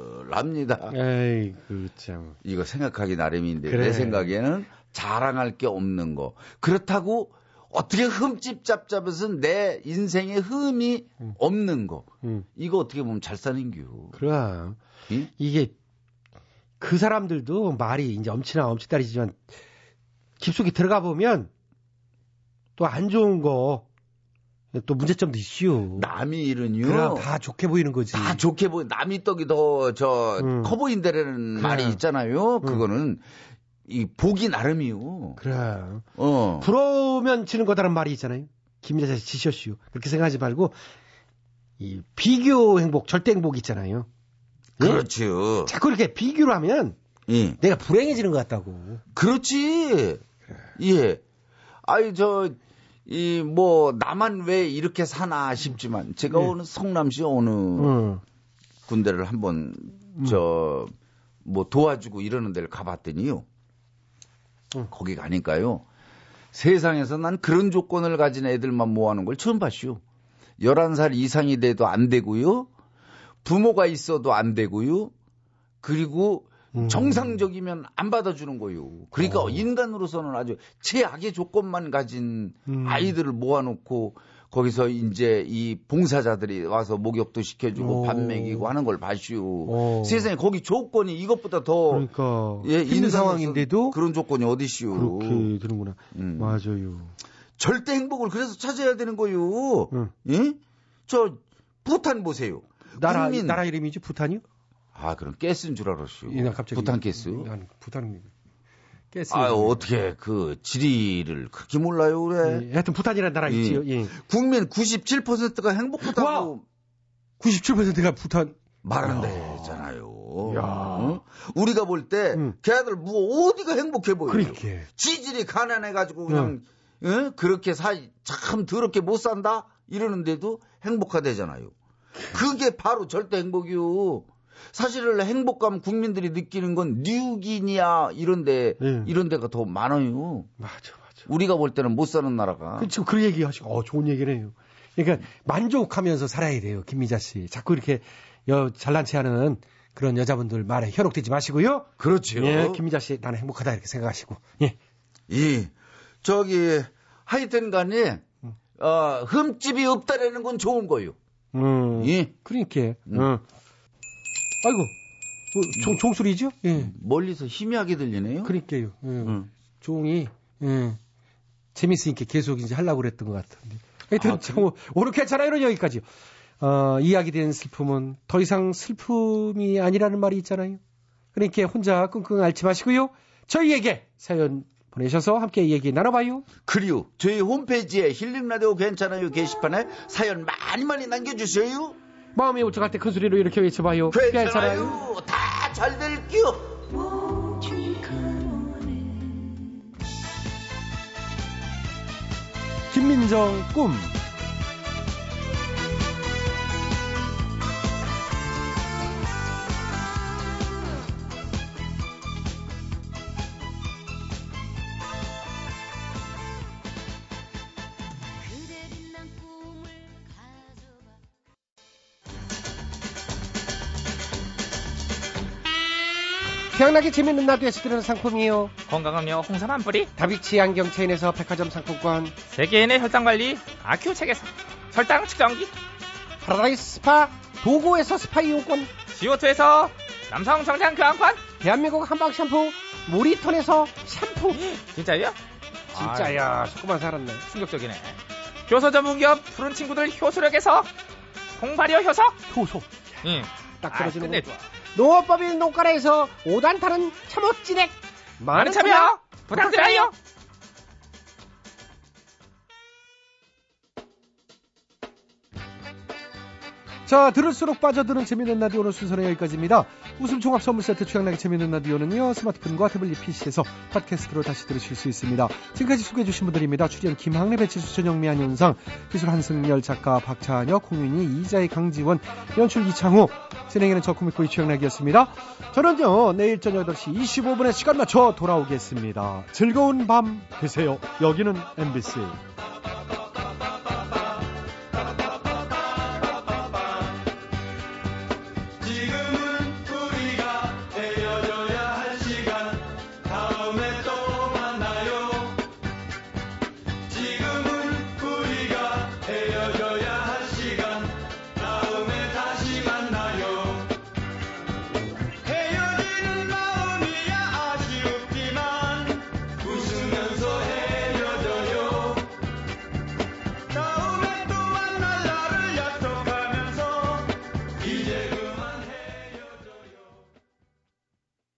쓸쓸합니다.
에이 그 참.
이거 생각하기 나름인데
그래.
내 생각에는 자랑할 게 없는 거 그렇다고 어떻게 흠집 잡잡해서 내 인생에 흠이 없는 거 이거 어떻게 보면 잘 사는 겨
음. 그럼 이게 그 사람들도 말이 이제 엄친아 엄친딸이지만 깊숙이 들어가 보면 또 안 좋은 거 또 문제점도 있슈.
남이 일은요.
그럼 다 좋게 보이는 거지.
다 좋게 보 남이 떡이 더 저
음.
커 보인다라는
네.
말이 있잖아요 그거는 이 복이 나름이요
그럼
어.
부러우면 지는 거다라는 말이 있잖아요. 김여자 씨 지셨슈. 그렇게 생각하지 말고 이 비교 행복, 절대 행복 있잖아요. 예?
그렇죠
자꾸 이렇게 비교를 하면
예.
내가 불행해지는 것 같다고.
그렇지. 예. 아이 저. 이 뭐 나만 왜 이렇게 사나 싶지만 제가
예.
오늘 성남시 어느 군대를 한번 저 뭐 도와주고 이러는 데를 가봤더니요 거기 가니까요 세상에서 난 그런 조건을 가진 애들만 모아놓은 걸 처음 봤슈 11살 이상이 돼도 안 되고요 부모가 있어도 안 되고요 그리고 정상적이면 안 받아주는 거요. 그러니까 인간으로서는 아주 최악의 조건만 가진
음.
아이들을 모아놓고 거기서 이제 이 봉사자들이 와서 목욕도 시켜주고
오.
밥 먹이고 하는 걸 봐시오.
오.
세상에 거기 조건이 이것보다 더
어. 그러니까
예,
힘든
인간으로서
상황인데도
그런 조건이 어디시오.
그렇게 되는구나. 맞아요.
절대 행복을 그래서 찾아야 되는 거요. 예? 저 부탄 보세요.
나라
국민-
나라 이름이지 부탄이요?
아 그럼 깨스인 줄 알았슈.
예, 나 갑자기
부탄 깨스.
난 부탄 깨스.
아유 어떻게 그 지리를 그렇게 몰라요 그래?
예, 하여튼 부탄이라는 나라 있지요. 예.
국민 97%가 행복하다고
97%가 부탄
말안 되잖아요. 응? 우리가 볼 때 걔들 뭐 어디가 행복해 보여요?
음. 그러니까.
지질이 가난해가지고 그냥 응? 그렇게 사 참 더럽게 못 산다 이러는데도 행복하대잖아요. 그게 바로 절대 행복이요. 사실은 행복감 국민들이 느끼는 건 뉴기니아 이런데 이런 데가 더 많아요.
예. 맞아 맞아.
우리가 볼 때는 못 사는 나라가.
그, 지금 그 얘기 하시고, 어, 좋은 얘기네요. 그러니까 만족하면서 살아야 돼요, 김미자 씨. 자꾸 이렇게 여, 잘난 체 하는 그런 여자분들 말에 현혹되지 마시고요.
그렇죠.
예, 김미자 씨, 나는 행복하다 이렇게 생각하시고. 예.
예. 저기, 하여튼 간에, 어, 흠집이 없다라는 건 좋은 거요.
음.
예.
그러니까. 음. 아이고. 뭐, 종, 종 소리죠? 예.
멀리서 희미하게 음. 들리네요.
그러니까요. 예.
음.
종이, 예. 재밌으니까 계속 이제 하려고 그랬던 것 같은데.
아,
하여튼,
그-
참, 오늘 괜찮아요. 이런 여기까지. 어, 이야기된 슬픔은 더 이상 슬픔이 아니라는 말이 있잖아요. 그러니까 혼자 끙끙 앓지 마시고요. 저희에게 사연 보내셔서 함께 얘기 나눠봐요.
그리고 저희 홈페이지에 힐링라디오 괜찮아요 게시판에 사연 많이 많이 남겨주세요.
마음이 우쭐할 때 큰 소리로 이렇게 외쳐봐요.
네, 괜찮아요. 다 잘 될게요.
김민정 꿈. 태양나게 재밌는 라디오에서 드리는 상품이요.
건강음료 홍삼 한 뿌리
다비치 안경 체인에서 백화점 상품권.
세계인의 혈당관리 아큐 책에서 혈당 측정기
파라다이스 스파 도구에서 스파 이용권.
지오투에서 남성 정장 교환권
대한민국 한방 샴푸 모리톤에서 샴푸.
진짜요?
진짜야. 조금만 살았네.
충격적이네 효소 전문기업 푸른 친구들 효소력에서 콩발효 효소
효소
응.
딱 떨어지는
아, 끝내
거. 농업법인 농가라에서 5단타는 참옷진액.
많은 참여 부탁드려요
자, 들을수록 빠져드는 재미있는 라디오 오늘 순서는 여기까지입니다. 웃음 종합 선물 세트 취향나게 재미있는 라디오는요, 스마트폰과 태블릿 PC에서 팟캐스트로 다시 들으실 수 있습니다. 지금까지 소개해주신 분들입니다. 출연 김학래, 배치수, 전영미, 안현상, 기술 한승열, 작가 박찬혁, 홍윤희, 이자희, 강지원, 연출 이창호, 진행에는 저 코믹보이 취향나기였습니다. 저는요, 내일 저녁 8시 25분에 시간 맞춰 돌아오겠습니다. 즐거운 밤 되세요. 여기는 MBC.
지금은